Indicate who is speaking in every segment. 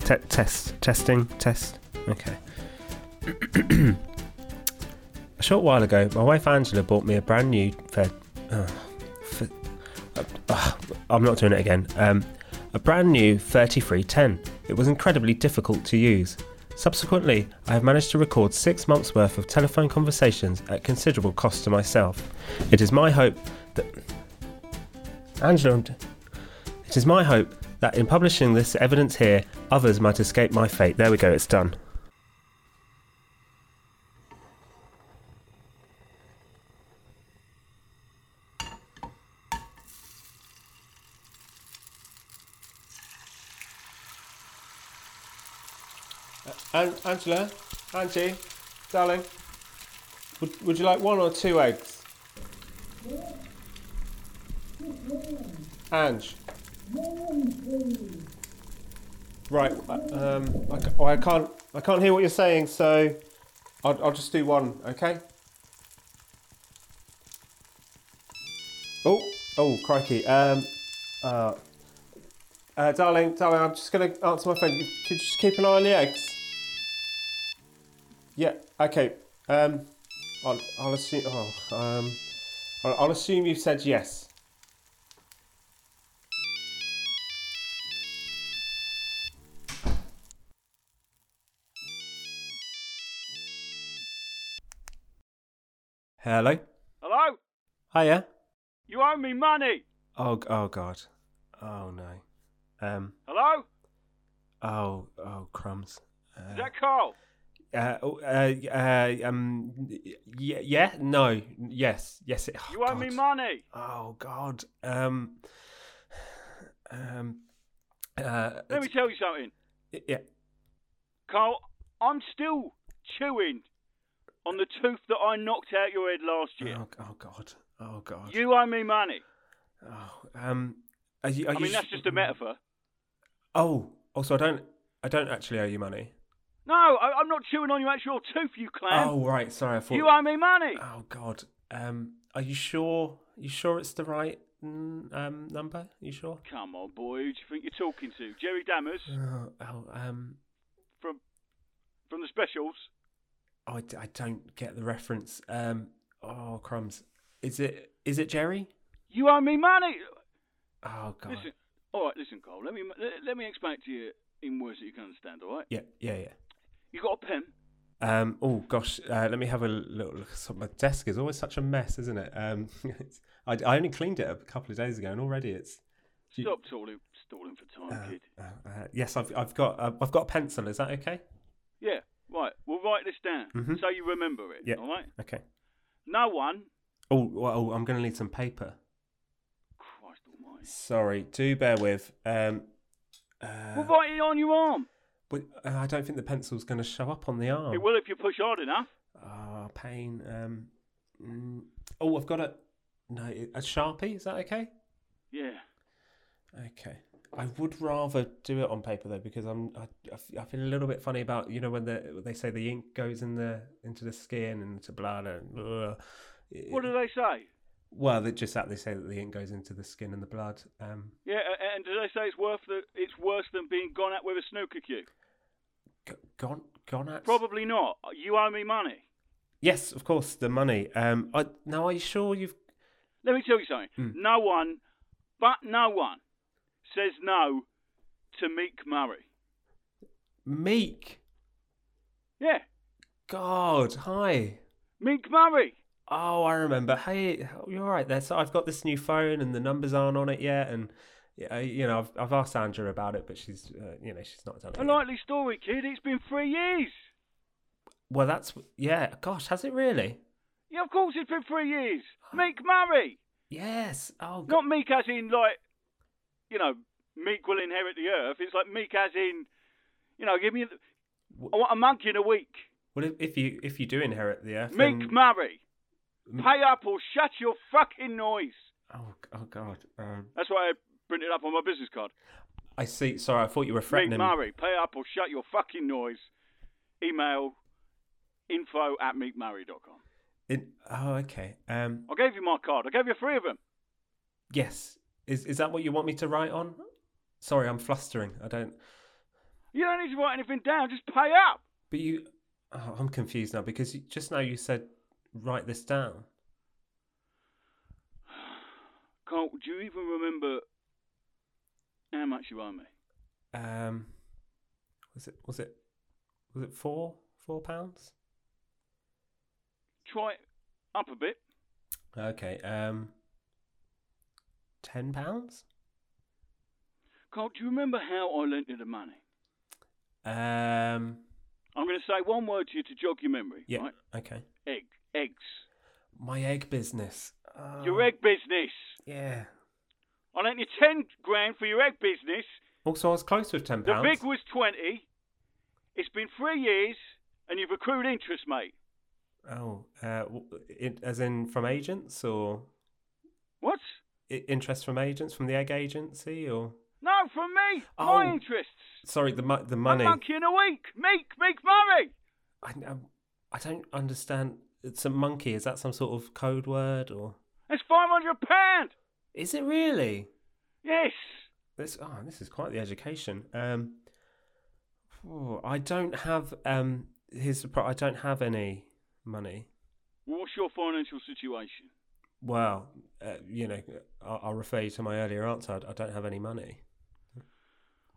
Speaker 1: Te- test. Testing. Test. Okay. a short while ago, my wife Angela bought me a brand new fed. Uh, fe- uh, uh, I'm not doing it again. Um, a brand new 3310. It was incredibly difficult to use. Subsequently, I have managed to record six months' worth of telephone conversations at considerable cost to myself. It is my hope that. Angela, I'm d- it is my hope that in publishing this evidence here, others might escape my fate. There we go, it's done. Uh, An- Angela, Angie, darling, would, would you like one or two eggs? Ange. Right. uh, Um, I, ca- oh, I can't. I can't hear what you're saying, so I'll, I'll just do one. Okay. Oh. Oh, crikey. Um. Uh, uh, darling, darling, I'm just going to answer my phone. You- Could you just keep an eye on the eggs? Yeah. Okay. Um. I'll, I'll assume. Oh. Um. I'll, I'll assume you've said yes. Hello.
Speaker 2: Hello?
Speaker 1: Hiya.
Speaker 2: You owe me money.
Speaker 1: Oh, g- oh God. Oh no. Um.
Speaker 2: Hello?
Speaker 1: Oh. Oh crumbs.
Speaker 2: Is
Speaker 1: Uh,
Speaker 2: that Carl?
Speaker 1: uh, oh, uh, uh, um. y- Yeah. Yeah. No. Yes. Yes. It, oh,
Speaker 2: You owe me
Speaker 1: God.
Speaker 2: money.
Speaker 1: Oh God. Um. Um. Uh.
Speaker 2: Let me tell you something.
Speaker 1: it's- Yeah.
Speaker 2: Carl, I'm still chewing on the tooth that I knocked out your head last year.
Speaker 1: Oh, oh God. Oh God.
Speaker 2: You owe me money.
Speaker 1: Oh. Um. Are you, are
Speaker 2: I
Speaker 1: you
Speaker 2: mean,
Speaker 1: sh-
Speaker 2: that's just a metaphor.
Speaker 1: Oh. Also, I don't. I don't actually owe you money.
Speaker 2: No, I, I'm not chewing on your actual tooth, you clown.
Speaker 1: Oh right. Sorry. I thought.
Speaker 2: you owe me money.
Speaker 1: Oh God. Um, are you sure? You sure it's the right mm, um number? You sure?
Speaker 2: Come on, boy. Who do you think you're talking to? Jerry Dammers
Speaker 1: Oh, oh um,
Speaker 2: from from the specials.
Speaker 1: oh, I, d- I don't get the reference. Um, oh crumbs. Is it is it Jerry?
Speaker 2: You owe me money.
Speaker 1: Oh God.
Speaker 2: Listen. All right, listen, Carl. Let me let, let me explain it to you in words that you can understand. All right.
Speaker 1: Yeah, yeah, yeah.
Speaker 2: You got a pen?
Speaker 1: Um, oh gosh, uh, let me have a little look. So my desk is always such a mess, isn't it? Um, it's, I, I only cleaned it a couple of days ago, and already it's. Do you-
Speaker 2: Stop stalling, stalling for time,
Speaker 1: uh,
Speaker 2: kid.
Speaker 1: uh, uh, yes, I've I've got uh, I've got a pencil. Is that okay?
Speaker 2: Yeah, right. We'll write this down
Speaker 1: Mhm.
Speaker 2: so you remember it.
Speaker 1: Yeah.
Speaker 2: All right.
Speaker 1: Okay.
Speaker 2: No one.
Speaker 1: Oh, well, oh, I'm going to need some paper.
Speaker 2: Christ Almighty.
Speaker 1: Sorry, do bear with. Um, uh,
Speaker 2: we'll write it on your arm.
Speaker 1: but, uh, I don't think the pencil's going to show up on the arm.
Speaker 2: It will if you push hard enough.
Speaker 1: Ah, pain. Um, mm, oh, I've got a no a sharpie. Is that okay?
Speaker 2: Yeah.
Speaker 1: Okay. I would rather do it on paper though because I'm I, I f- I feel a little bit funny about you know when the they say the ink goes in the into the skin and into blood and uh,
Speaker 2: What do they say?
Speaker 1: well they just that they say that the ink goes into the skin and the blood. Um,
Speaker 2: Yeah, a- and do they say it's worth the, it's worse than being gone at with a snooker cue?
Speaker 1: g- gone gone at
Speaker 2: Probably not. You owe me money.
Speaker 1: Yes, of course, the money. Um, I, now, are you sure you've?
Speaker 2: Let me tell you something.
Speaker 1: Mm.
Speaker 2: No one, but no one, says no to Meek Murray.
Speaker 1: Meek,
Speaker 2: Yeah,
Speaker 1: God, hi.
Speaker 2: Meek Murray.
Speaker 1: Oh, I remember. Hey, you're right there. So I've got this new phone, and the numbers aren't on it yet. And yeah, I- you know, I've, I've asked Andrea about it, but she's, uh, you know, she's not done it.
Speaker 2: A
Speaker 1: yet.
Speaker 2: likely story, kid. It's been three years.
Speaker 1: Well, that's yeah. Gosh, has it really?
Speaker 2: Yeah, of course it's been three years. Meek Murray.
Speaker 1: Yes. Oh, God.
Speaker 2: Not Meek as in like, you know, Meek will inherit the earth. It's like Meek as in, you know, give me. The, I want a monkey in a week.
Speaker 1: Well, if, if you if you do inherit the earth,
Speaker 2: Meek
Speaker 1: then-
Speaker 2: Murray,
Speaker 1: M-
Speaker 2: pay up or shut your fucking noise.
Speaker 1: oh, g- oh, God. Um,
Speaker 2: That's why I printed up on my business card.
Speaker 1: I see. Sorry, I thought you were threatening.
Speaker 2: Meek Murray, pay up or shut your fucking noise. Email info at meekmurray.com.
Speaker 1: In, oh, okay. Um,
Speaker 2: I gave you my card. I gave you three of them.
Speaker 1: Yes. Is is that what you want me to write on? Sorry, I'm flustering. I don't.
Speaker 2: You don't need to write anything down. Just pay up.
Speaker 1: But you, oh, I'm confused now because you, just now you said write this down.
Speaker 2: Carl, do you even remember how much you owe me?
Speaker 1: Um, was it was it was it four four pounds?
Speaker 2: Try it up a bit.
Speaker 1: Okay. Um, ten pounds.
Speaker 2: Carl, do you remember how I lent you the money?
Speaker 1: Um,
Speaker 2: I'm going to say one word to you to jog your memory.
Speaker 1: yeah.
Speaker 2: Right?
Speaker 1: Okay.
Speaker 2: Egg. Eggs.
Speaker 1: My egg business. Oh,
Speaker 2: Your egg business.
Speaker 1: Yeah.
Speaker 2: I lent you 10 grand for your egg business.
Speaker 1: Also, I was close with ten
Speaker 2: The
Speaker 1: pounds.
Speaker 2: big was 20. It's been three years and you've accrued interest, mate.
Speaker 1: Oh, uh, w- it, as in from agents or
Speaker 2: What?
Speaker 1: i- interest from agents from the egg agency or
Speaker 2: No, from me.
Speaker 1: Oh.
Speaker 2: My interests.
Speaker 1: sorry the mo- the
Speaker 2: A
Speaker 1: money.
Speaker 2: monkey in a week. Meek, Meek Murray.
Speaker 1: I, I'm- I don't understand. It's a monkey. Is that some sort of code word or
Speaker 2: That's £500.
Speaker 1: is it really?
Speaker 2: Yes.
Speaker 1: This oh, this is quite the education. Um, oh, I don't have um his. I don't have any money.
Speaker 2: Well, what's your financial situation?
Speaker 1: Well, uh, you know, I'll, I'll refer you to my earlier answer. I, I don't have any money.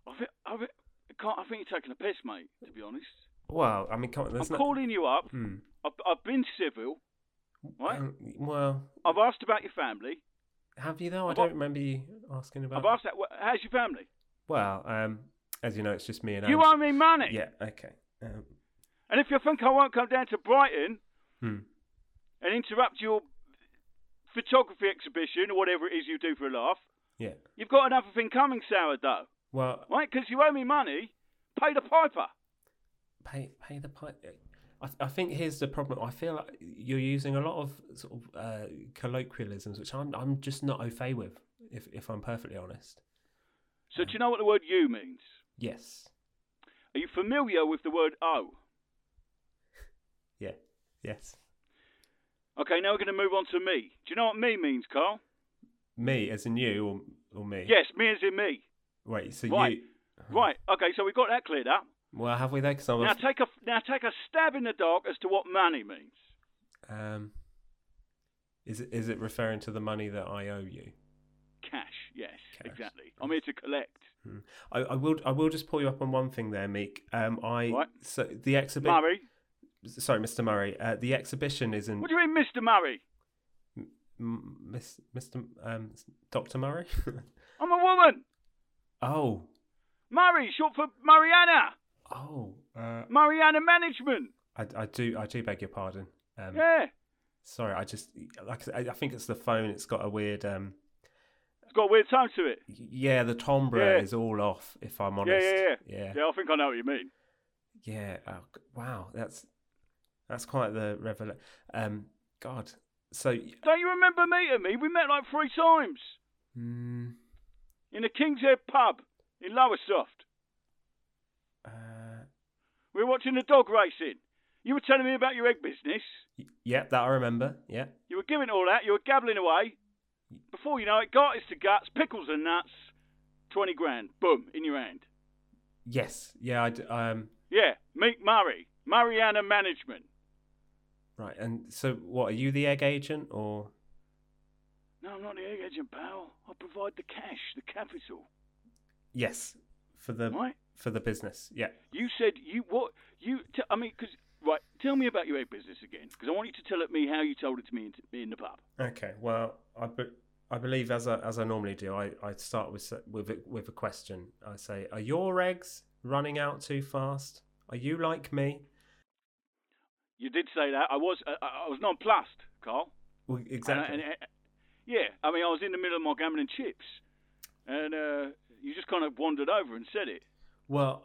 Speaker 2: I think, I, think, can't, I think you're taking a piss, mate, to be honest.
Speaker 1: Well, I mean, come on, there's
Speaker 2: I'm
Speaker 1: no.
Speaker 2: calling you up.
Speaker 1: Hmm.
Speaker 2: I've, I've been civil. Right?
Speaker 1: Um, well,
Speaker 2: I've asked about your family.
Speaker 1: have you though? I
Speaker 2: I've
Speaker 1: don't
Speaker 2: a-
Speaker 1: remember you asking about.
Speaker 2: I've asked that. wh- How's your family?
Speaker 1: Well, um, as you know, it's just me and
Speaker 2: You
Speaker 1: Ange-
Speaker 2: owe me money.
Speaker 1: Yeah. Okay. Um,
Speaker 2: And if you think I won't come down to Brighton
Speaker 1: hmm.
Speaker 2: and interrupt your photography exhibition or whatever it is you do for a laugh,
Speaker 1: Yeah.
Speaker 2: you've got another thing coming, sourdough.
Speaker 1: Well,
Speaker 2: Right? Because you owe me money. Pay the piper.
Speaker 1: pay pay the pipe. I, I think here's the problem. I feel like you're using a lot of sort of uh, colloquialisms, which I'm I'm just not au fait with. If if I'm perfectly honest.
Speaker 2: So do you know what the word you means?
Speaker 1: Yes.
Speaker 2: Are you familiar with the word oh?
Speaker 1: Yeah. Yes.
Speaker 2: Okay, now we're going to move on to me. Do you know what me means, Carl?
Speaker 1: Me as in you or or me.
Speaker 2: Yes, me as in me.
Speaker 1: Wait. So
Speaker 2: Right.
Speaker 1: you.
Speaker 2: Right. Okay, so we got that cleared up.
Speaker 1: Uh-huh. Well, have we there? Because I
Speaker 2: Now
Speaker 1: was.
Speaker 2: take a now take a stab in the dark as to what money means.
Speaker 1: Um. Is it is it referring to the money that I owe you?
Speaker 2: Cash. Yes,
Speaker 1: Cash.
Speaker 2: exactly. I'm here to collect.
Speaker 1: I, I will I will just pull you up on one thing there, Meek. Um, I
Speaker 2: Right.
Speaker 1: so the exhibition.
Speaker 2: Murray.
Speaker 1: Sorry, Mr. Murray. Uh, the exhibition is in
Speaker 2: What do you mean, Mr. Murray?
Speaker 1: M- Miss, Mr. Um, Doctor Murray.
Speaker 2: I'm a woman.
Speaker 1: oh,
Speaker 2: Murray, short for Mariana.
Speaker 1: oh. Uh,
Speaker 2: Mariana Management.
Speaker 1: I, I do I do beg your pardon. Um,
Speaker 2: Yeah.
Speaker 1: Sorry, I just like I, said, I I think it's the phone. It's got a weird. Um,
Speaker 2: It's got a weird sound to it.
Speaker 1: yeah, the timbre
Speaker 2: Yeah.
Speaker 1: is all off. If I'm
Speaker 2: Yeah,
Speaker 1: honest.
Speaker 2: yeah, yeah,
Speaker 1: Yeah.
Speaker 2: I think I know what you mean.
Speaker 1: Yeah. Oh, g- wow. That's that's quite the revelation. Um, God. So.
Speaker 2: Don't you remember meeting me? We met like three times
Speaker 1: Mm,
Speaker 2: in the King's Head pub in Lowestoft.
Speaker 1: uh,
Speaker 2: We were watching the dog racing. You were telling me about your egg business.
Speaker 1: Y- Yep, that I remember. Yeah.
Speaker 2: You were giving all that. You were gabbling away. Before you know it, got to guts, pickles and nuts. 20 grand. Boom, in your hand.
Speaker 1: Yes. Yeah. I d- um.
Speaker 2: Yeah, Meet Murray. Mariana Management.
Speaker 1: Right. And so, what are you the egg agent or?
Speaker 2: No, I'm not the egg agent, pal. I provide the cash, the capital.
Speaker 1: Yes. For the
Speaker 2: Right?
Speaker 1: for the business. Yeah.
Speaker 2: You said you what? You t- I mean, because right. Tell me about your egg business again, because I want you to tell it me how you told it to me in, in the pub.
Speaker 1: Okay. Well, I be- I believe as I, as I normally do, I, I start with s- with a, with a question. I say, "Are your eggs running out too fast? Are you like me?"
Speaker 2: You did say that. I was I, I was nonplussed, Carl.
Speaker 1: Well,
Speaker 2: And I-
Speaker 1: exactly.
Speaker 2: and I- yeah, I mean, I was in the middle of my gambling chips, and uh, you just kind of wandered over and said it.
Speaker 1: Well,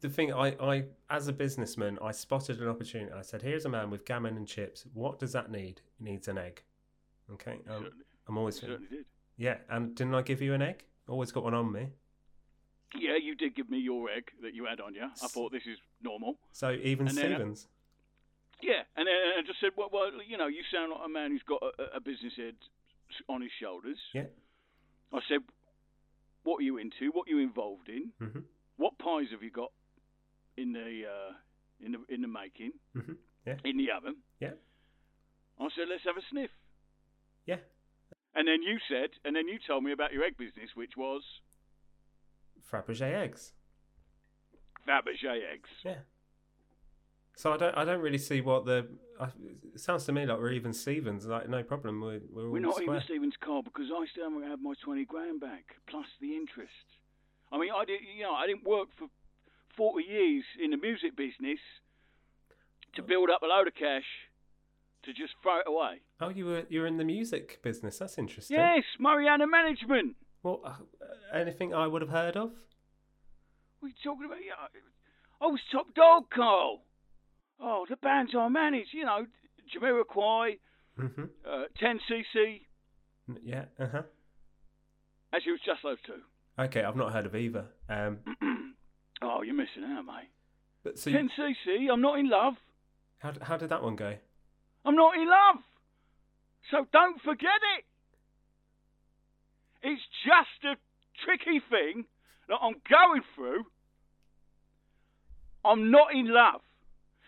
Speaker 1: the thing I, I as a businessman, I spotted an opportunity. I said, "Here's a man with gammon and chips. What does that need? It needs an egg." Okay, um,
Speaker 2: certainly,
Speaker 1: I'm always
Speaker 2: certainly did.
Speaker 1: yeah. And didn't I give you an egg? Always got one on me.
Speaker 2: Yeah, you did give me your egg that you had on you. I thought this is normal.
Speaker 1: So even
Speaker 2: And then-
Speaker 1: Stevens.
Speaker 2: Yeah, and then I just said, well, well, you know, you sound like a man who's got a- a, a business head s- on his shoulders.
Speaker 1: Yeah.
Speaker 2: I said, what are you into? What are you involved in?
Speaker 1: hmm
Speaker 2: What pies have you got in the uh, in the in the making
Speaker 1: hmm Yeah.
Speaker 2: in the oven.
Speaker 1: Yeah.
Speaker 2: I said, let's have a sniff.
Speaker 1: Yeah.
Speaker 2: And then you said, and then you told me about your egg business, which was
Speaker 1: Fabergé eggs.
Speaker 2: Fabergé eggs.
Speaker 1: Yeah. So I don't I don't really see what the I, it sounds to me like we're even Stevens like no problem we're we're all
Speaker 2: We're not
Speaker 1: square.
Speaker 2: even Stevens Carl because I still haven't had my twenty grand back plus the interest. I mean, I did, you know, I didn't work for forty years in the music business to build up a load of cash to just throw it away.
Speaker 1: oh you were you were in the music business that's interesting.
Speaker 2: Yes, Mariana Management.
Speaker 1: Well, uh, anything I would have heard of?
Speaker 2: What are you talking about? Yeah, I- I was top dog, Carl. Oh, the bands I managed, you know, Jamiroquai,
Speaker 1: Mm-hmm.
Speaker 2: uh, 10cc.
Speaker 1: Yeah. Uh huh.
Speaker 2: Actually, it was just those two.
Speaker 1: Okay, I've not heard of either. Um,
Speaker 2: oh, you're missing out, mate.
Speaker 1: but so you,
Speaker 2: 10cc, I'm not in love.
Speaker 1: how d- how did that one go?
Speaker 2: I'm not in love. So don't forget it. It's just a tricky thing that I'm going through. I'm not in love.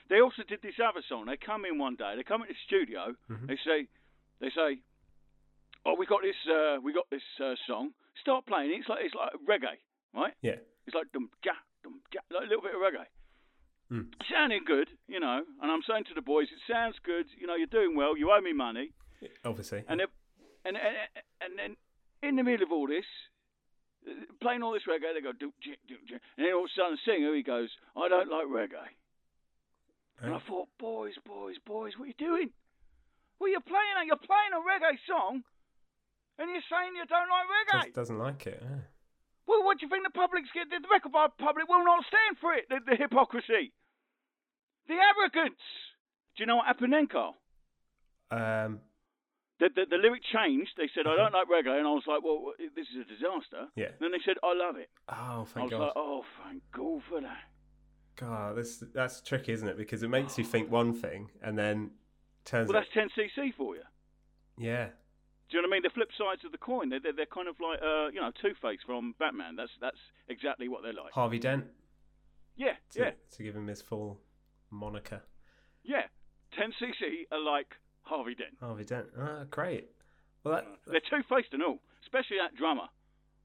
Speaker 2: They also did this other song. They come in one day. They come into the studio.
Speaker 1: Mhm.
Speaker 2: They say, they say, oh, we got this, uh, we got this uh, song. Start playing it. It's like it's like reggae, right?
Speaker 1: Yeah.
Speaker 2: It's like dum ja dum ja, like a little bit of reggae
Speaker 1: Mm.
Speaker 2: sounding good, you know, and I'm saying to the boys, it sounds good, you know, you're doing well, you owe me money,
Speaker 1: Obviously.
Speaker 2: and if, and and and then in the middle of all this, uh, playing all this reggae, they go do do and then all of a sudden, the singer he goes, I don't like reggae, and I
Speaker 1: Right.
Speaker 2: thought, boys, boys, boys, what are you doing? What are you playing? at? You're playing a reggae song, and you're saying you don't like reggae.
Speaker 1: Does, doesn't like it. yeah.
Speaker 2: Well, what do you think the public's get? The record bar public will not stand for it. The, the hypocrisy, the arrogance. Do you know what happened then, Carl?
Speaker 1: Um,
Speaker 2: The, the, the lyric changed. They said, "I don't like reggae," and I was like, "Well, this is a disaster."
Speaker 1: Yeah.
Speaker 2: then they said, "I love it."
Speaker 1: oh,
Speaker 2: I
Speaker 1: thank
Speaker 2: was
Speaker 1: God.
Speaker 2: like, "Oh, thank God for that."
Speaker 1: God, this that's tricky, isn't it? Because it makes you think one thing and then turns.
Speaker 2: Well,
Speaker 1: out-
Speaker 2: that's 10cc for you.
Speaker 1: yeah.
Speaker 2: Do you know what I mean? The flip sides of the coin. They're, they're, they're kind of like, uh, you know, Two Face from Batman. That's that's exactly what they're like.
Speaker 1: Harvey Dent
Speaker 2: Yeah,
Speaker 1: to,
Speaker 2: yeah,
Speaker 1: to give him his full moniker.
Speaker 2: yeah. 10cc are like Harvey Dent.
Speaker 1: Harvey Dent. Ah, great. Well, that,
Speaker 2: They're two faced and all, especially that drummer.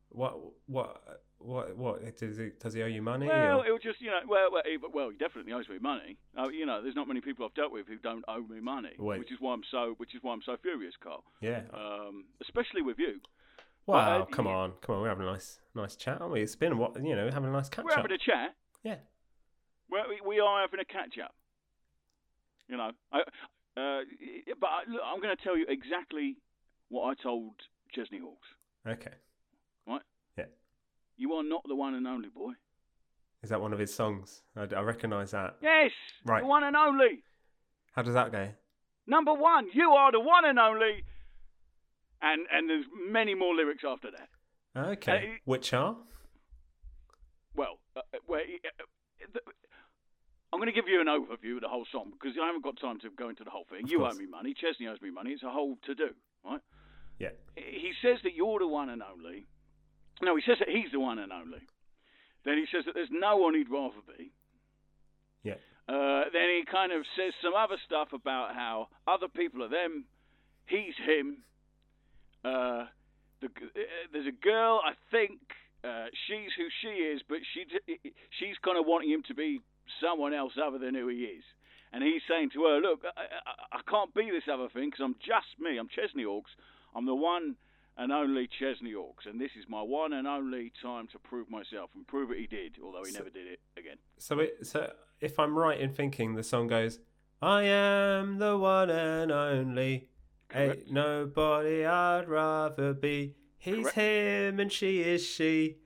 Speaker 1: what what what what does he does he owe you money?
Speaker 2: Well,
Speaker 1: or-
Speaker 2: it was just you know, well, well, he, well, he definitely owes me money. Uh, you know, there's not many people I've dealt with who don't owe me money,
Speaker 1: Wait. Oh.
Speaker 2: which is why I'm so, which is why I'm so furious, Carl.
Speaker 1: yeah.
Speaker 2: Um, especially with you.
Speaker 1: Wow,
Speaker 2: uh,
Speaker 1: come
Speaker 2: you-
Speaker 1: on, come on. We're having a nice nice chat, aren't we? It's been what you know, having a nice catch
Speaker 2: We're
Speaker 1: up.
Speaker 2: having a chat.
Speaker 1: Yeah.
Speaker 2: We're, we- we are having a catch up. You know, I, uh, but I, look, I'm going to tell you exactly what I told Chesney Hawks.
Speaker 1: Okay.
Speaker 2: You are not the one and only boy.
Speaker 1: Is that one of his songs? I, I recognise that.
Speaker 2: Yes,
Speaker 1: Right.
Speaker 2: the one and only.
Speaker 1: How does that go?
Speaker 2: Number one, you are the one and only. And and there's many more lyrics after that.
Speaker 1: Okay.
Speaker 2: Uh, it-
Speaker 1: Which are?
Speaker 2: Well, uh, uh, where, uh, the, I'm going to give you an overview of the whole song because I haven't got time to go into the whole thing.
Speaker 1: Of
Speaker 2: you
Speaker 1: course.
Speaker 2: owe me money. Chesney owes me money. It's a whole to do, right?
Speaker 1: Yeah.
Speaker 2: He says that you're the one and only. No, he says that he's the one and only. Then he says that there's no one he'd rather be.
Speaker 1: Yeah.
Speaker 2: Uh, then he kind of says some other stuff about how other people are them, he's him. Uh, the, g- uh, there's a girl, I think uh, she's who she is, but she d- she's kind of wanting him to be someone else other than who he is. And he's saying to her, "Look, I, I, I can't be this other thing because I'm just me. I'm Chesney Hawks. I'm the one and only Chesney Hawks, and this is my one and only time to prove myself." And prove it he did, although he
Speaker 1: So-
Speaker 2: never did it again.
Speaker 1: So it so if I'm right in thinking the song goes, I am the one and only.
Speaker 2: Correct.
Speaker 1: Ain't nobody I'd rather be. He's
Speaker 2: Correct.
Speaker 1: him and she is she.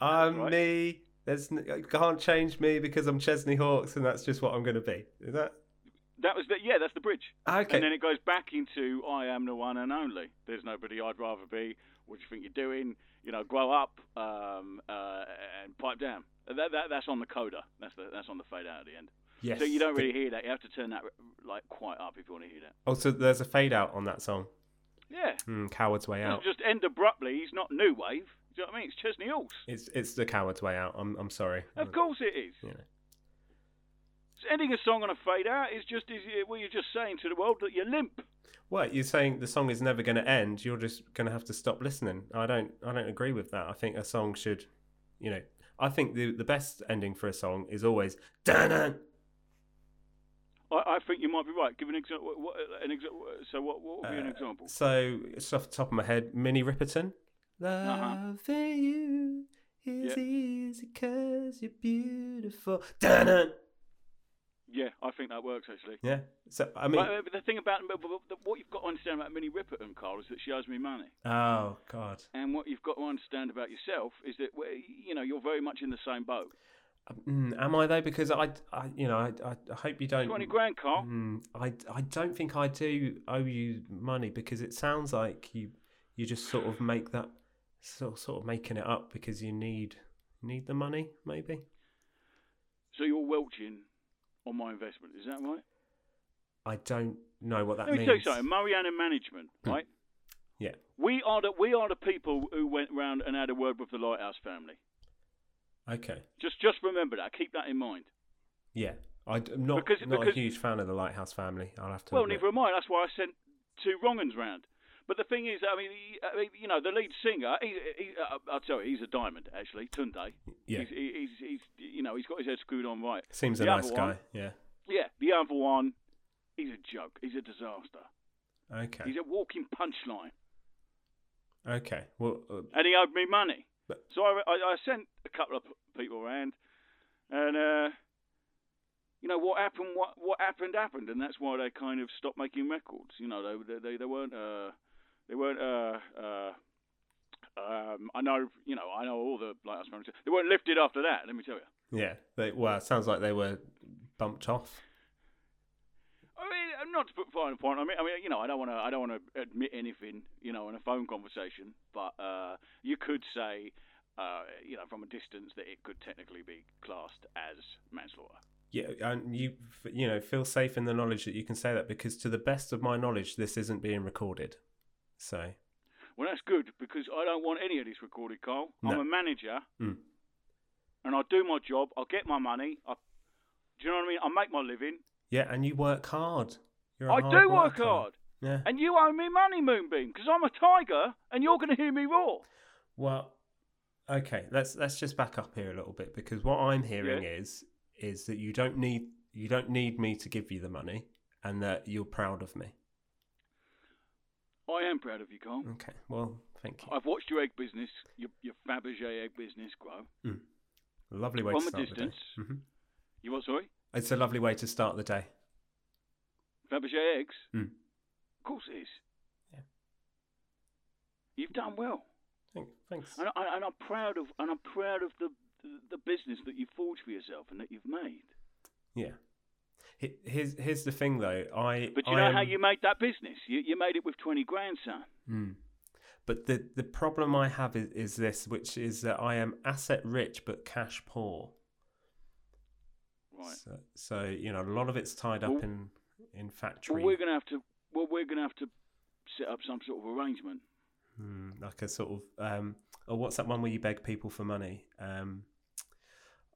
Speaker 1: I'm
Speaker 2: right.
Speaker 1: me. There's n- you can't change me because I'm Chesney Hawks and that's just what I'm going to be. Is that
Speaker 2: That was the yeah. That's the bridge.
Speaker 1: okay?
Speaker 2: And then it goes back into I am the one and only. There's nobody I'd rather be. What do you think you're doing? You know, grow up um, uh, and pipe down. That, that, that's on the coda. That's the, that's on the fade out at the end.
Speaker 1: yes.
Speaker 2: So you don't
Speaker 1: the-
Speaker 2: really hear that. You have to turn that like quite up if you want to hear that.
Speaker 1: Oh, so there's a fade out on that song.
Speaker 2: Yeah.
Speaker 1: Hmm, Coward's way out.
Speaker 2: Doesn't just end abruptly. He's not new wave. Do you know what I mean? It's Chesney Hawks.
Speaker 1: It's it's the coward's way out. I'm I'm sorry. Mm.
Speaker 2: Of course it is.
Speaker 1: You know.
Speaker 2: ending a song on a fade out is just is well, you're just saying to the world that you're limp.
Speaker 1: What you're saying the song is never going to end. You're just going to have to stop listening. I don't. I don't agree with that. I think a song should, you know, I think the the best ending for a song is always dun
Speaker 2: I, I think you might be right. Give an example. What, an exa- so what, what would
Speaker 1: Uh,
Speaker 2: be an example?
Speaker 1: So it's off the top of my head, Minnie Riperton.
Speaker 2: Uh-huh.
Speaker 1: Loving you is
Speaker 2: Yeah.
Speaker 1: easy because you're beautiful. Dun
Speaker 2: Yeah, I think that works actually.
Speaker 1: Yeah. So I mean,
Speaker 2: but, uh, but the thing about but- but- but what you've got to understand about Minnie Riperton, Carl, is that she owes me money.
Speaker 1: oh god.
Speaker 2: And what you've got to understand about yourself is that well, you know you're very much in the same boat.
Speaker 1: Mm, am I though? Because I, I you know, I, I- I hope you don't.
Speaker 2: Twenty grand, Carl.
Speaker 1: Mm, I, I don't think I do owe you money because it sounds like you, you just sort of make that, sort sort of making it up because you need need the money maybe.
Speaker 2: So you're welching on my investment. Is that right?
Speaker 1: I don't know what that
Speaker 2: Let me
Speaker 1: means. Hmm.
Speaker 2: tell you something. Mariana Management, right?
Speaker 1: Yeah.
Speaker 2: We are the we are the people who went round and had a word with the Lighthouse family.
Speaker 1: Okay.
Speaker 2: Just just remember that. Keep that in mind.
Speaker 1: Yeah. I, am not
Speaker 2: Because-
Speaker 1: not
Speaker 2: because-
Speaker 1: a huge fan of the Lighthouse family. I'll have to.
Speaker 2: Well,
Speaker 1: admit.
Speaker 2: neither am I. That's why I sent two wrong'uns round. But the thing is, I mean, he- I mean, you know, the lead singer, he, he, uh, I'll tell you, he's a diamond, actually, Tunde.
Speaker 1: Yeah.
Speaker 2: He's, he- he's, he's, you know, he's got his head screwed on right.
Speaker 1: Seems a
Speaker 2: the
Speaker 1: nice
Speaker 2: other
Speaker 1: guy.
Speaker 2: one-
Speaker 1: Yeah.
Speaker 2: Yeah, the other one, he's a joke. He's a disaster.
Speaker 1: Okay.
Speaker 2: He's a walking punchline.
Speaker 1: Okay. Well, uh,
Speaker 2: and he owed me money.
Speaker 1: But-
Speaker 2: so I, I, I sent a couple of p- people around, and uh, you know what happened? What what happened happened, and that's why they kind of stopped making records. You know, they they, they weren't uh, they weren't uh, uh, um, I know you know I know all the lighthouse managers. They weren't lifted after that. Let me tell you.
Speaker 1: yeah. They, well, it sounds like they were bumped off.
Speaker 2: I mean, I'm not to put fine a point. I mean, I mean, you know, I don't want to, I don't want to admit anything, you know, in a phone conversation. But uh, you could say, uh, you know, from a distance, that it could technically be classed as manslaughter.
Speaker 1: Yeah, and you f- you know feel safe in the knowledge that you can say that because to the best of my knowledge, this isn't being recorded. So
Speaker 2: Well, that's good because I don't want any of this recorded, Carl. I'm
Speaker 1: No.
Speaker 2: a manager,
Speaker 1: mm,
Speaker 2: and I do my job. I get my money. I, do you know what I mean? I make my living.
Speaker 1: yeah, and you work hard. You're a
Speaker 2: I
Speaker 1: hard
Speaker 2: do work
Speaker 1: worker.
Speaker 2: hard,
Speaker 1: Yeah.
Speaker 2: and you owe me money, Moonbeam, because I'm a tiger, and you're going to hear me roar.
Speaker 1: Well, okay. Let's let's just back up here a little bit because what I'm hearing is is that you don't need you don't need me to give you the money, and that you're proud of me.
Speaker 2: I am proud of you, Carl.
Speaker 1: Okay. Well, thank you.
Speaker 2: I've watched your egg business, your, your Fabergé egg business grow.
Speaker 1: Mm. Lovely way
Speaker 2: from
Speaker 1: to
Speaker 2: a
Speaker 1: start
Speaker 2: distance.
Speaker 1: the day. hmm
Speaker 2: You what, sorry?
Speaker 1: It's a lovely way to start the day.
Speaker 2: Fabergé eggs?
Speaker 1: Mm.
Speaker 2: Of course it is.
Speaker 1: Yeah.
Speaker 2: You've done well.
Speaker 1: Thank, thanks.
Speaker 2: And, I, and I'm proud of and I'm proud of the the business that you forged for yourself and that you've made.
Speaker 1: Yeah. He- Here's here's the thing though. I
Speaker 2: But you
Speaker 1: I
Speaker 2: know
Speaker 1: am-
Speaker 2: how you made that business? You, you made it with 20 grand, son.
Speaker 1: Mm. But the the problem I have is, is this, which is that I am asset rich but cash poor.
Speaker 2: Right.
Speaker 1: So, so you know a lot of it's tied up
Speaker 2: Well-
Speaker 1: in in
Speaker 2: Well,
Speaker 1: factory,
Speaker 2: we're going to have to well we're going to have to set up some sort of arrangement.
Speaker 1: mm, like a sort of um. Or what's that one where you beg people for money? Um.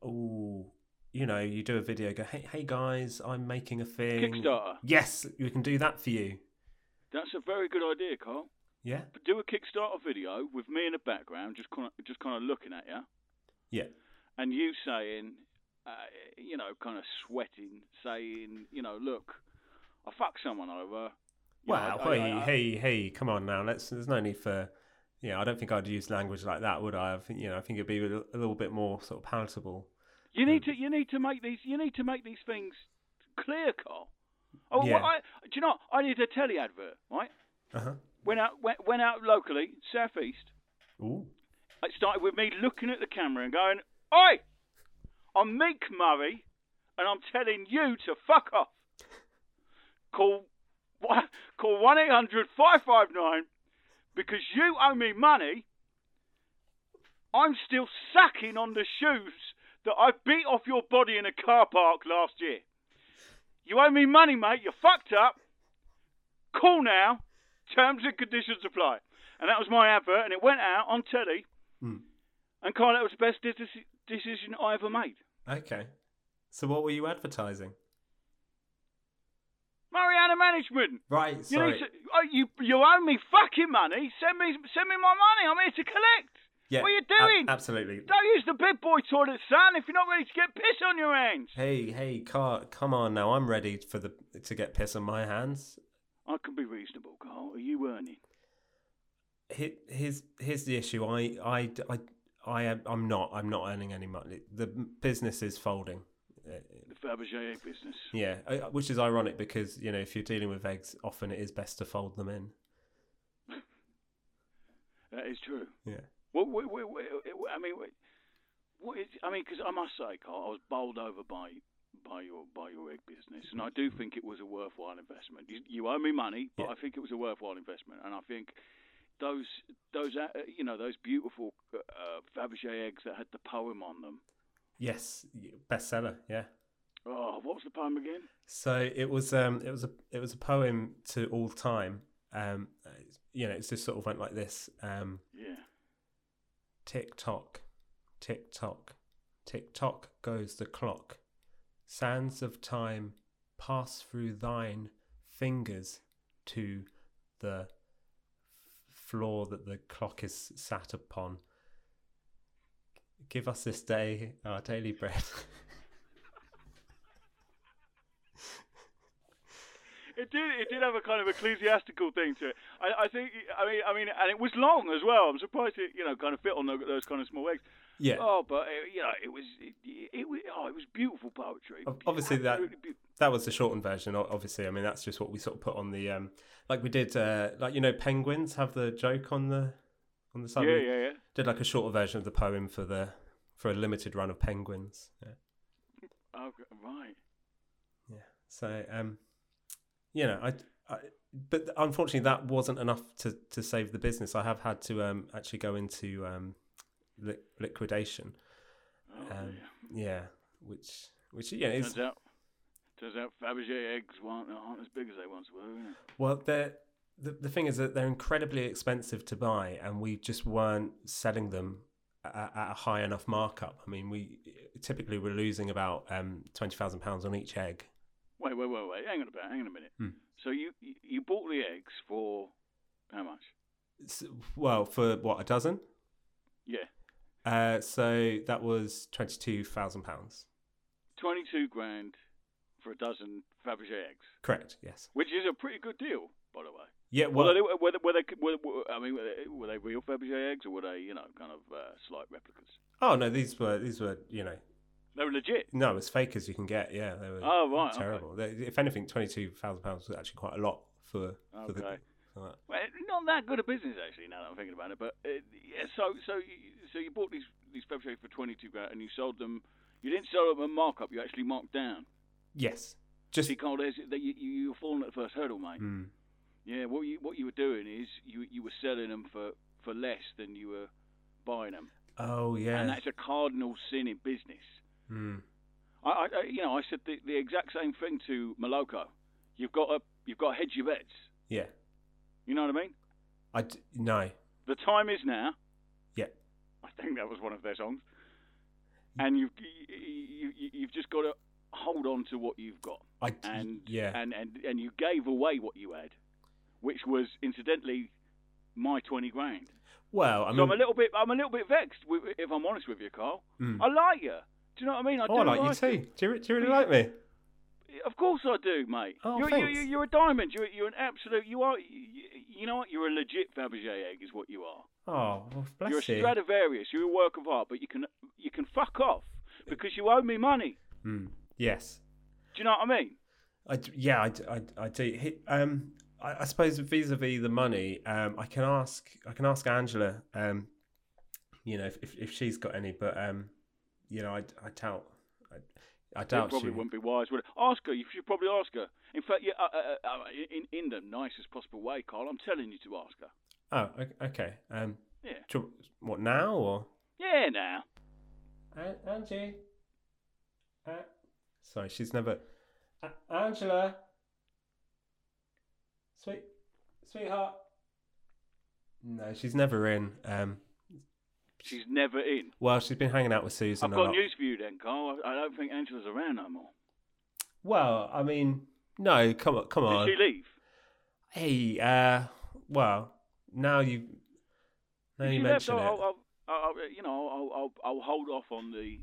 Speaker 1: Oh, you know, you do a video. Go, hey, hey guys, I'm making a thing.
Speaker 2: Kickstarter.
Speaker 1: Yes, we can do that for you.
Speaker 2: That's a very good idea, Carl.
Speaker 1: Yeah,
Speaker 2: But do a Kickstarter video with me in the background just kind of, just kind of looking at you.
Speaker 1: yeah.
Speaker 2: and you saying, uh, you know, kind of sweating, saying, you know, look, I fucked someone over. You know,
Speaker 1: Wow,
Speaker 2: I- I-
Speaker 1: hey,
Speaker 2: I-
Speaker 1: hey, hey, come on now. Let's. There's no need for. Yeah, I don't think I'd use language like that, would I? I think, you know, I think it'd be a, li- a little bit more sort of palatable.
Speaker 2: You need to, you need to make these, you need to make these things clear, Carl. Oh,
Speaker 1: Yeah.
Speaker 2: well, I, do you know? what? I did a telly advert, right?
Speaker 1: Uh
Speaker 2: Uh-huh.
Speaker 1: huh.
Speaker 2: Went out, went, went out locally, southeast.
Speaker 1: Ooh.
Speaker 2: It started with me looking at the camera and going, "Oi, I'm Meek Murray, and I'm telling you to fuck off. Call, wha- call one 559 because you owe me money. I'm still sucking on the shoes that I beat off your body in a car park last year. You owe me money, mate. You fucked up. Call now. Terms and conditions apply." And that was my advert, and it went out on telly.
Speaker 1: Mm.
Speaker 2: And Carl, that was the best de- deci- decision I ever made.
Speaker 1: Okay. So what were you advertising?
Speaker 2: Mariana Management.
Speaker 1: Right,
Speaker 2: You,
Speaker 1: sorry.
Speaker 2: need to, oh, you you owe me fucking money. Send me send me my money. I'm here to collect.
Speaker 1: yeah,
Speaker 2: what are you
Speaker 1: ab-
Speaker 2: doing?
Speaker 1: absolutely.
Speaker 2: Don't use the big boy toilet, son. If you're not ready to get piss on your hands,
Speaker 1: Hey, hey, car, come on now. I'm ready for the to get piss on my hands.
Speaker 2: I can be reasonable, Carl. Are you earning?
Speaker 1: He- Here's here's the issue. I I I I am I'm not I'm not earning any money. The business is folding.
Speaker 2: The Fabergé egg business.
Speaker 1: Yeah, uh, which is ironic because you know if you're dealing with eggs, often it is best to fold them in.
Speaker 2: That is true.
Speaker 1: Yeah.
Speaker 2: Well, we, we, we, we- I mean, we, what is? I mean, because I must say, Carl, I was bowled over by by your by your egg business, and I do think it was a worthwhile investment. You, you owe me money, but
Speaker 1: Yeah.
Speaker 2: I think it was a worthwhile investment, and I think those those uh, you know those beautiful uh, Fabergé eggs that had the poem on them.
Speaker 1: Yes, y- bestseller. Yeah.
Speaker 2: Oh, what was the poem again?
Speaker 1: So it was um it was a it was a poem to all time. Um, uh, you know, it's just sort of went like this. Um,
Speaker 2: Yeah.
Speaker 1: Tick tock, tick tock, tick tock goes the clock. Sands of time pass through thine fingers to the f- floor that the clock is sat upon. Give us this day our daily bread.
Speaker 2: It did. It did have a kind of ecclesiastical thing to it. I, I think. I mean. I mean, and it was long as well. I'm surprised it, you know, kind of fit on tho- those kind of small eggs.
Speaker 1: yeah.
Speaker 2: Oh, but it, you know, it was. It, it was. Oh, it was beautiful poetry.
Speaker 1: Ob- obviously that-
Speaker 2: Absolutely beau-
Speaker 1: that was the shortened version o- obviously i mean that's just what we sort of put on the um like we did uh like you know penguins have the joke on the on the side
Speaker 2: yeah,
Speaker 1: we
Speaker 2: yeah, yeah.
Speaker 1: did like a shorter version of the poem for the for a limited run of penguins yeah,
Speaker 2: Okay, right.
Speaker 1: yeah. so um you know I, I but unfortunately that wasn't enough to to save the business i have had to um actually go into um li- liquidation
Speaker 2: Oh,
Speaker 1: um
Speaker 2: yeah.
Speaker 1: yeah which which yeah is
Speaker 2: Turns out. Turns out Fabergé eggs weren't, aren't as big as they once were. innit?
Speaker 1: Well, they're, the the thing is that they're incredibly expensive to buy, and we just weren't selling them at, at a high enough markup. I mean, we typically were losing about um, twenty thousand pounds on each egg.
Speaker 2: Wait, wait, wait, wait. Hang on a bit. Hang on a minute.
Speaker 1: Hmm.
Speaker 2: So you you you bought the eggs for how much?
Speaker 1: S well, for what a dozen,
Speaker 2: Yeah,
Speaker 1: uh, so that was twenty two thousand pounds.
Speaker 2: twenty-two grand for a dozen Fabergé eggs.
Speaker 1: Correct. Yes.
Speaker 2: which is a pretty good deal, by the way.
Speaker 1: Yeah.
Speaker 2: Although
Speaker 1: Well.
Speaker 2: they- were, they, were, they, were, were- I mean, were they, were they real Fabergé eggs, or were they, you know, kind of uh, slight replicas?
Speaker 1: Oh no, these were these were you know
Speaker 2: They were legit.
Speaker 1: no as fake as you can get. Yeah, they were
Speaker 2: Oh, right, okay.
Speaker 1: terrible. They, if anything, twenty two thousand pounds was actually quite a lot for for the.
Speaker 2: Okay.
Speaker 1: For that.
Speaker 2: Well, not that good a business actually. Now that I'm thinking about it, but uh, yeah, so so you, so you bought these these Fabergé eggs for twenty-two grand, and you sold them. You didn't sell them at markup. You actually marked down.
Speaker 1: Yes. Just
Speaker 2: See, Carl, there's, that you you you were falling at the first hurdle, mate.
Speaker 1: Mm.
Speaker 2: Yeah, what you what you were doing is you you were selling them for for less than you were buying them,
Speaker 1: Oh yeah.
Speaker 2: and that's a cardinal sin in business.
Speaker 1: Mm.
Speaker 2: I, I I- you know, I said the, the exact same thing to Maloko. You've got to, you've got to hedge your bets.
Speaker 1: Yeah.
Speaker 2: You know what I mean?
Speaker 1: I d- no.
Speaker 2: The time is now.
Speaker 1: Yeah.
Speaker 2: I think that was one of their songs. And you've you, you, you've just got to hold on to what you've got.
Speaker 1: I d-
Speaker 2: And
Speaker 1: yeah.
Speaker 2: and, and and you gave away what you had, which was incidentally my twenty grand.
Speaker 1: well, I mean,
Speaker 2: so I'm a little bit I'm a little bit vexed with, if I'm honest with you, Carl.
Speaker 1: Mm.
Speaker 2: I like you. Do you know what I mean? I
Speaker 1: oh, I
Speaker 2: do
Speaker 1: like you too. Do you, re- do you really like me?
Speaker 2: Of course I do, mate.
Speaker 1: Oh,
Speaker 2: you're,
Speaker 1: thanks.
Speaker 2: You're, you're a diamond. You're, you're an absolute. You are. You, you know what? You're a legit Fabergé egg, is what you are.
Speaker 1: Oh, well, bless you.
Speaker 2: you're a Stradivarius. You're a work of art, but you can you can fuck off because you owe me money.
Speaker 1: Mm. Yes.
Speaker 2: Do you know what I mean?
Speaker 1: I d- yeah. I, d- I, d- I do. He, um, I, I suppose vis-a-vis the money, um, I can ask. I can ask Angela. Um, you know, if if, if she's got any, but um, you know, I, d- I doubt. I, I
Speaker 2: It
Speaker 1: doubt
Speaker 2: probably
Speaker 1: she-
Speaker 2: wouldn't be wise. Would it? Ask her. You should probably ask her. In fact, yeah, uh, uh, uh, in in the nicest possible way, Carl. I'm telling you to ask her.
Speaker 1: Oh, o- okay. Um,
Speaker 2: Yeah.
Speaker 1: do you- what now or?
Speaker 2: Yeah. Now.
Speaker 1: An- Angie. Uh, sorry, she's never. A- Angela. Sweet, sweetheart. No, she's never in. Um,
Speaker 2: She's never in.
Speaker 1: well, she's been hanging out with Susan.
Speaker 2: I've
Speaker 1: a
Speaker 2: got
Speaker 1: lot.
Speaker 2: news for you there, then, Carl. I I don't think Angela's around no more.
Speaker 1: Well, I mean, no, come on, come on.
Speaker 2: Did she leave?
Speaker 1: Hey, uh, well, now you, now
Speaker 2: If
Speaker 1: you
Speaker 2: she
Speaker 1: mention
Speaker 2: left,
Speaker 1: it.
Speaker 2: I'll, I'll, I'll, I'll- you know, I'll, I'll, I'll hold off on the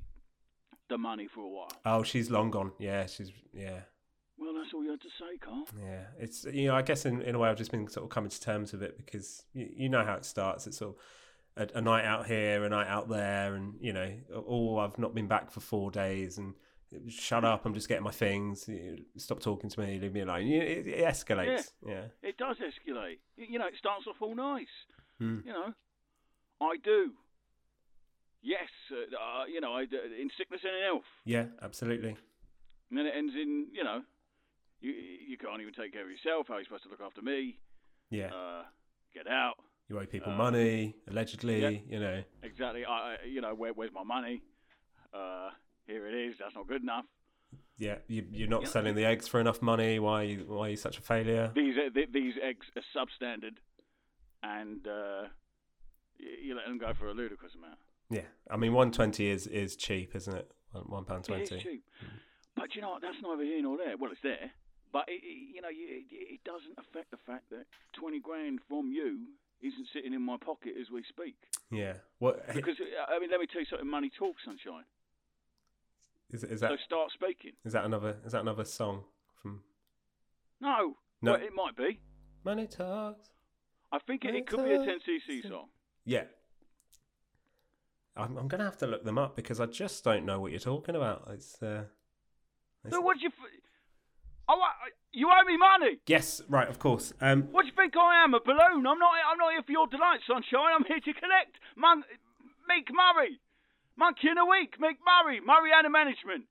Speaker 2: the money for a while.
Speaker 1: Oh, she's long gone. Yeah, she's yeah,
Speaker 2: Well, that's all you had to say, Carl.
Speaker 1: yeah. It's you know, I guess in, in a way, I've just been sort of coming to terms with it because you, you know how it starts. It's sort of a, a night out here, a night out there, and you know, oh, I've not been back for four days, and shut up, I'm just getting my things. You- Stop talking to me, leave me alone. You- It, it escalates. Yeah.
Speaker 2: It does escalate. Y- You know, it starts off all nice.
Speaker 1: Hmm.
Speaker 2: You know, I do. Yes, uh, uh, you know, I do, in sickness and in health.
Speaker 1: Yeah, absolutely.
Speaker 2: And then it ends in, you know, you you can't even take care of yourself. How are you supposed to look after me?
Speaker 1: Yeah,
Speaker 2: Uh, get out.
Speaker 1: you owe people
Speaker 2: uh,
Speaker 1: money, allegedly.
Speaker 2: yeah.
Speaker 1: You know,
Speaker 2: Exactly. I, I- you know, where, where's my money? Uh, here it is. That's not good enough.
Speaker 1: yeah, you, you're not
Speaker 2: Yeah.
Speaker 1: selling the eggs for enough money. Why are you, why are you such a failure?
Speaker 2: These uh, th- these eggs are substandard, and uh, y- you let them go for a ludicrous amount.
Speaker 1: Yeah, I mean, one twenty is is cheap, isn't it? One- One pound
Speaker 2: It is
Speaker 1: twenty.
Speaker 2: cheap. But you know what? That's neither here nor there. Well, it's there, but it, it, you know, you, it, it doesn't affect the fact that twenty grand from you isn't sitting in my pocket as we speak.
Speaker 1: Yeah. What
Speaker 2: Because uh, I mean, let me tell you something. Money talks, sunshine.
Speaker 1: is is that?
Speaker 2: so start speaking.
Speaker 1: Is that another? Is that another song from
Speaker 2: No,
Speaker 1: No.
Speaker 2: Well, it might be.
Speaker 1: Money Talks?
Speaker 2: I think it,
Speaker 1: Money
Speaker 2: it could be a
Speaker 1: Talks.
Speaker 2: 10cc song.
Speaker 1: Yeah. I'm, I'm gonna have to look them up because I just don't know what you're talking about. It's. Uh, it's-
Speaker 2: So what do you? F- oh, I, you owe me money.
Speaker 1: Yes, right, of course. Um,
Speaker 2: What do you think I am? A balloon? I'm not. I'm not here for your delight, sunshine. I'm here to collect. Mon- Meek Murray, monkey in a week. Meek Murray, Murrayana Management.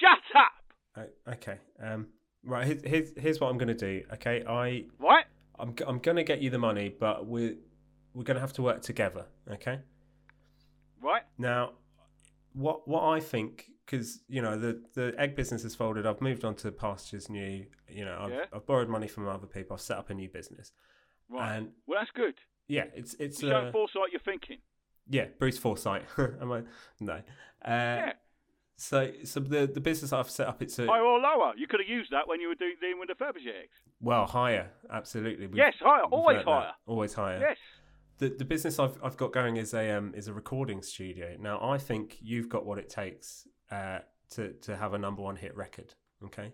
Speaker 2: Shut up.
Speaker 1: o- okay. Um, right. Here's, here's here's what I'm gonna do. Okay, I
Speaker 2: Right?
Speaker 1: I'm g- I'm gonna get you the money, but we're we're gonna have to work together. Okay.
Speaker 2: Right?
Speaker 1: Now, what what I think because you know the the egg business has folded. I've moved on to pastures new. You know, I've,
Speaker 2: Yeah.
Speaker 1: I've borrowed money from other people. I've set up a new business,
Speaker 2: Right.
Speaker 1: and
Speaker 2: well, that's good.
Speaker 1: yeah, it's Uh, it's
Speaker 2: You show
Speaker 1: uh,
Speaker 2: foresight. You're thinking.
Speaker 1: yeah Bruce Forsyth. Am I no? Uh,
Speaker 2: Yeah.
Speaker 1: So so the the business I've set up it's a
Speaker 2: Higher or lower. You could have used that when you were doing, dealing with the Fabergé eggs.
Speaker 1: well higher absolutely. We've-
Speaker 2: Yes, higher.
Speaker 1: we've
Speaker 2: Always
Speaker 1: learnt that.
Speaker 2: higher.
Speaker 1: Always higher.
Speaker 2: Yes.
Speaker 1: the the business I've I've got going is a um is a recording studio. Now I think you've got what it takes uh to to have a number one hit record. Okay.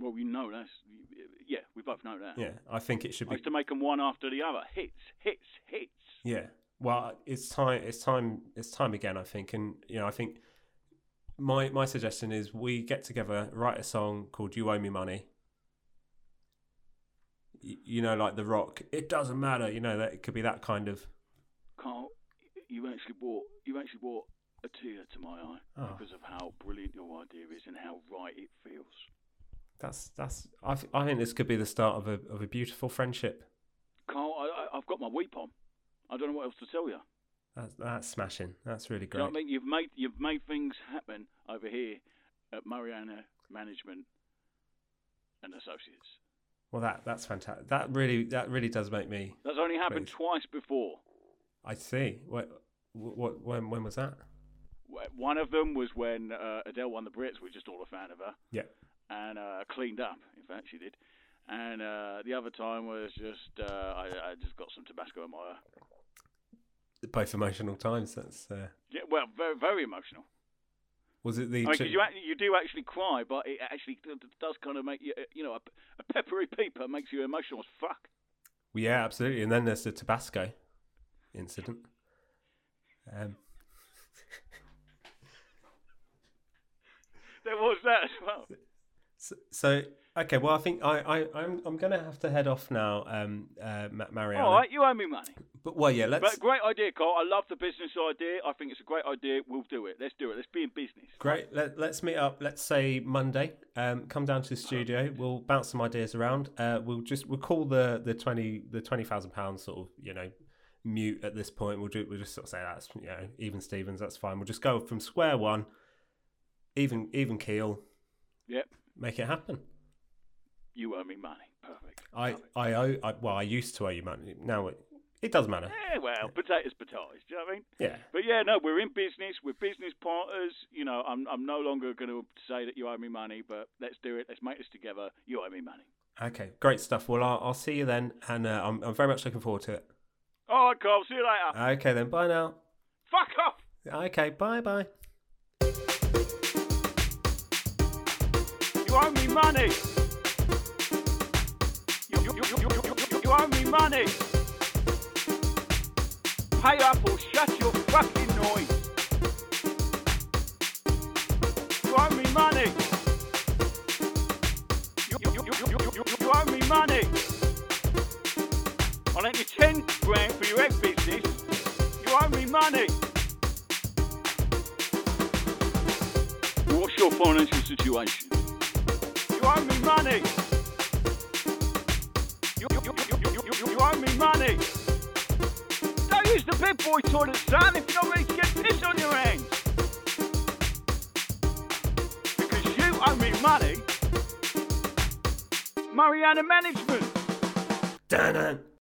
Speaker 2: Well, we know that's. Yeah, we both know that.
Speaker 1: Yeah, I think it should
Speaker 2: I
Speaker 1: be.
Speaker 2: used to make them one after the other. Hits, hits, hits.
Speaker 1: Yeah. Well, it's time. It's time. It's time again. I think, and you know, I think my my suggestion is we get together, write a song called "You Owe Me Money." Y- You know, like the Rock. It doesn't matter. You know that it could be that kind of.
Speaker 2: Carl, you actually brought you actually brought a tear to my eye
Speaker 1: Oh.
Speaker 2: because of how brilliant your idea is and how right it feels.
Speaker 1: That's that's. I th- I think this could be the start of a of a beautiful friendship.
Speaker 2: Carl, I, I, I've got my weep on. I don't know what else to tell you.
Speaker 1: That's that's smashing. That's really
Speaker 2: Do
Speaker 1: great.
Speaker 2: you know what I mean? You've made you've made things happen over here at Mariana Management and Associates.
Speaker 1: Well, that that's fantastic. That really that really does make me.
Speaker 2: That's only happened
Speaker 1: Please.
Speaker 2: twice before.
Speaker 1: I see. What what when when was that?
Speaker 2: Wh- One of them was when uh, Adele won the Brits. We're just all a fan of her.
Speaker 1: Yeah.
Speaker 2: and uh, cleaned up. In fact, she did. And uh, the other time was just uh, I, I just got some Tabasco in my.
Speaker 1: Both emotional times. That's. Uh,
Speaker 2: Yeah, well, very very emotional.
Speaker 1: Was it
Speaker 2: I
Speaker 1: the?
Speaker 2: mean,
Speaker 1: chi-
Speaker 2: 'cause you act- you do actually cry, but it actually d- d- does kind of make you uh, you know a, p- a peppery peeper makes you emotional as fuck.
Speaker 1: Well, yeah, absolutely. And then there's the Tabasco incident. Um,
Speaker 2: There was that as well.
Speaker 1: so, so okay, well, I think I, I I'm I'm gonna have to head off now, um, uh, Ma- Mariana.
Speaker 2: All right, you owe me money.
Speaker 1: But well, yeah, let's
Speaker 2: But great idea, Carl. I love the business idea. I think it's a great idea. We'll do it. Let's do it. Let's be in business.
Speaker 1: great. Let, let's meet up. Let's say Monday. Um, come down to the studio. We'll bounce some ideas around. Uh, we'll just we'll call the the twenty the twenty thousand pounds sort of you know mute at this point. We'll do we'll just sort of say that's you know even Stevens. That's fine. We'll just go from square one, even even keel.
Speaker 2: Yep,
Speaker 1: Make it happen.
Speaker 2: you owe me money. Perfect.
Speaker 1: I,
Speaker 2: Love it.
Speaker 1: I owe I, well I used to owe you money now it-
Speaker 3: It does matter.
Speaker 2: Yeah, well, potatoes, potatoes. Do you know what I mean?
Speaker 3: Yeah.
Speaker 2: But yeah, no, we're in business. We're business partners. You know, I'm I'm no longer going to say that you owe me money, but let's do it. Let's make this together. You owe me money.
Speaker 1: Okay, great stuff. Well, I'll, I'll see you then, and uh, I'm, I'm very much looking forward to it.
Speaker 2: All right, Carl. See you later.
Speaker 1: Okay, then. Bye now.
Speaker 2: Fuck off.
Speaker 1: Okay, bye bye.
Speaker 2: You owe me money. You, you, you, you, you, you, you owe me money. Pay up or shut your fucking noise. You owe me money. You, you, you, you, you, you, you owe me money. I'll lend you 10 grand for your egg business. You owe me money. What's your financial situation? You owe me money. You, you, you, you, you, you, you, you owe me money. Don't use the big boy toilet, son, if you're not ready to get piss on your hands. Because you owe me money. Mariana Management.
Speaker 1: Dun-dun.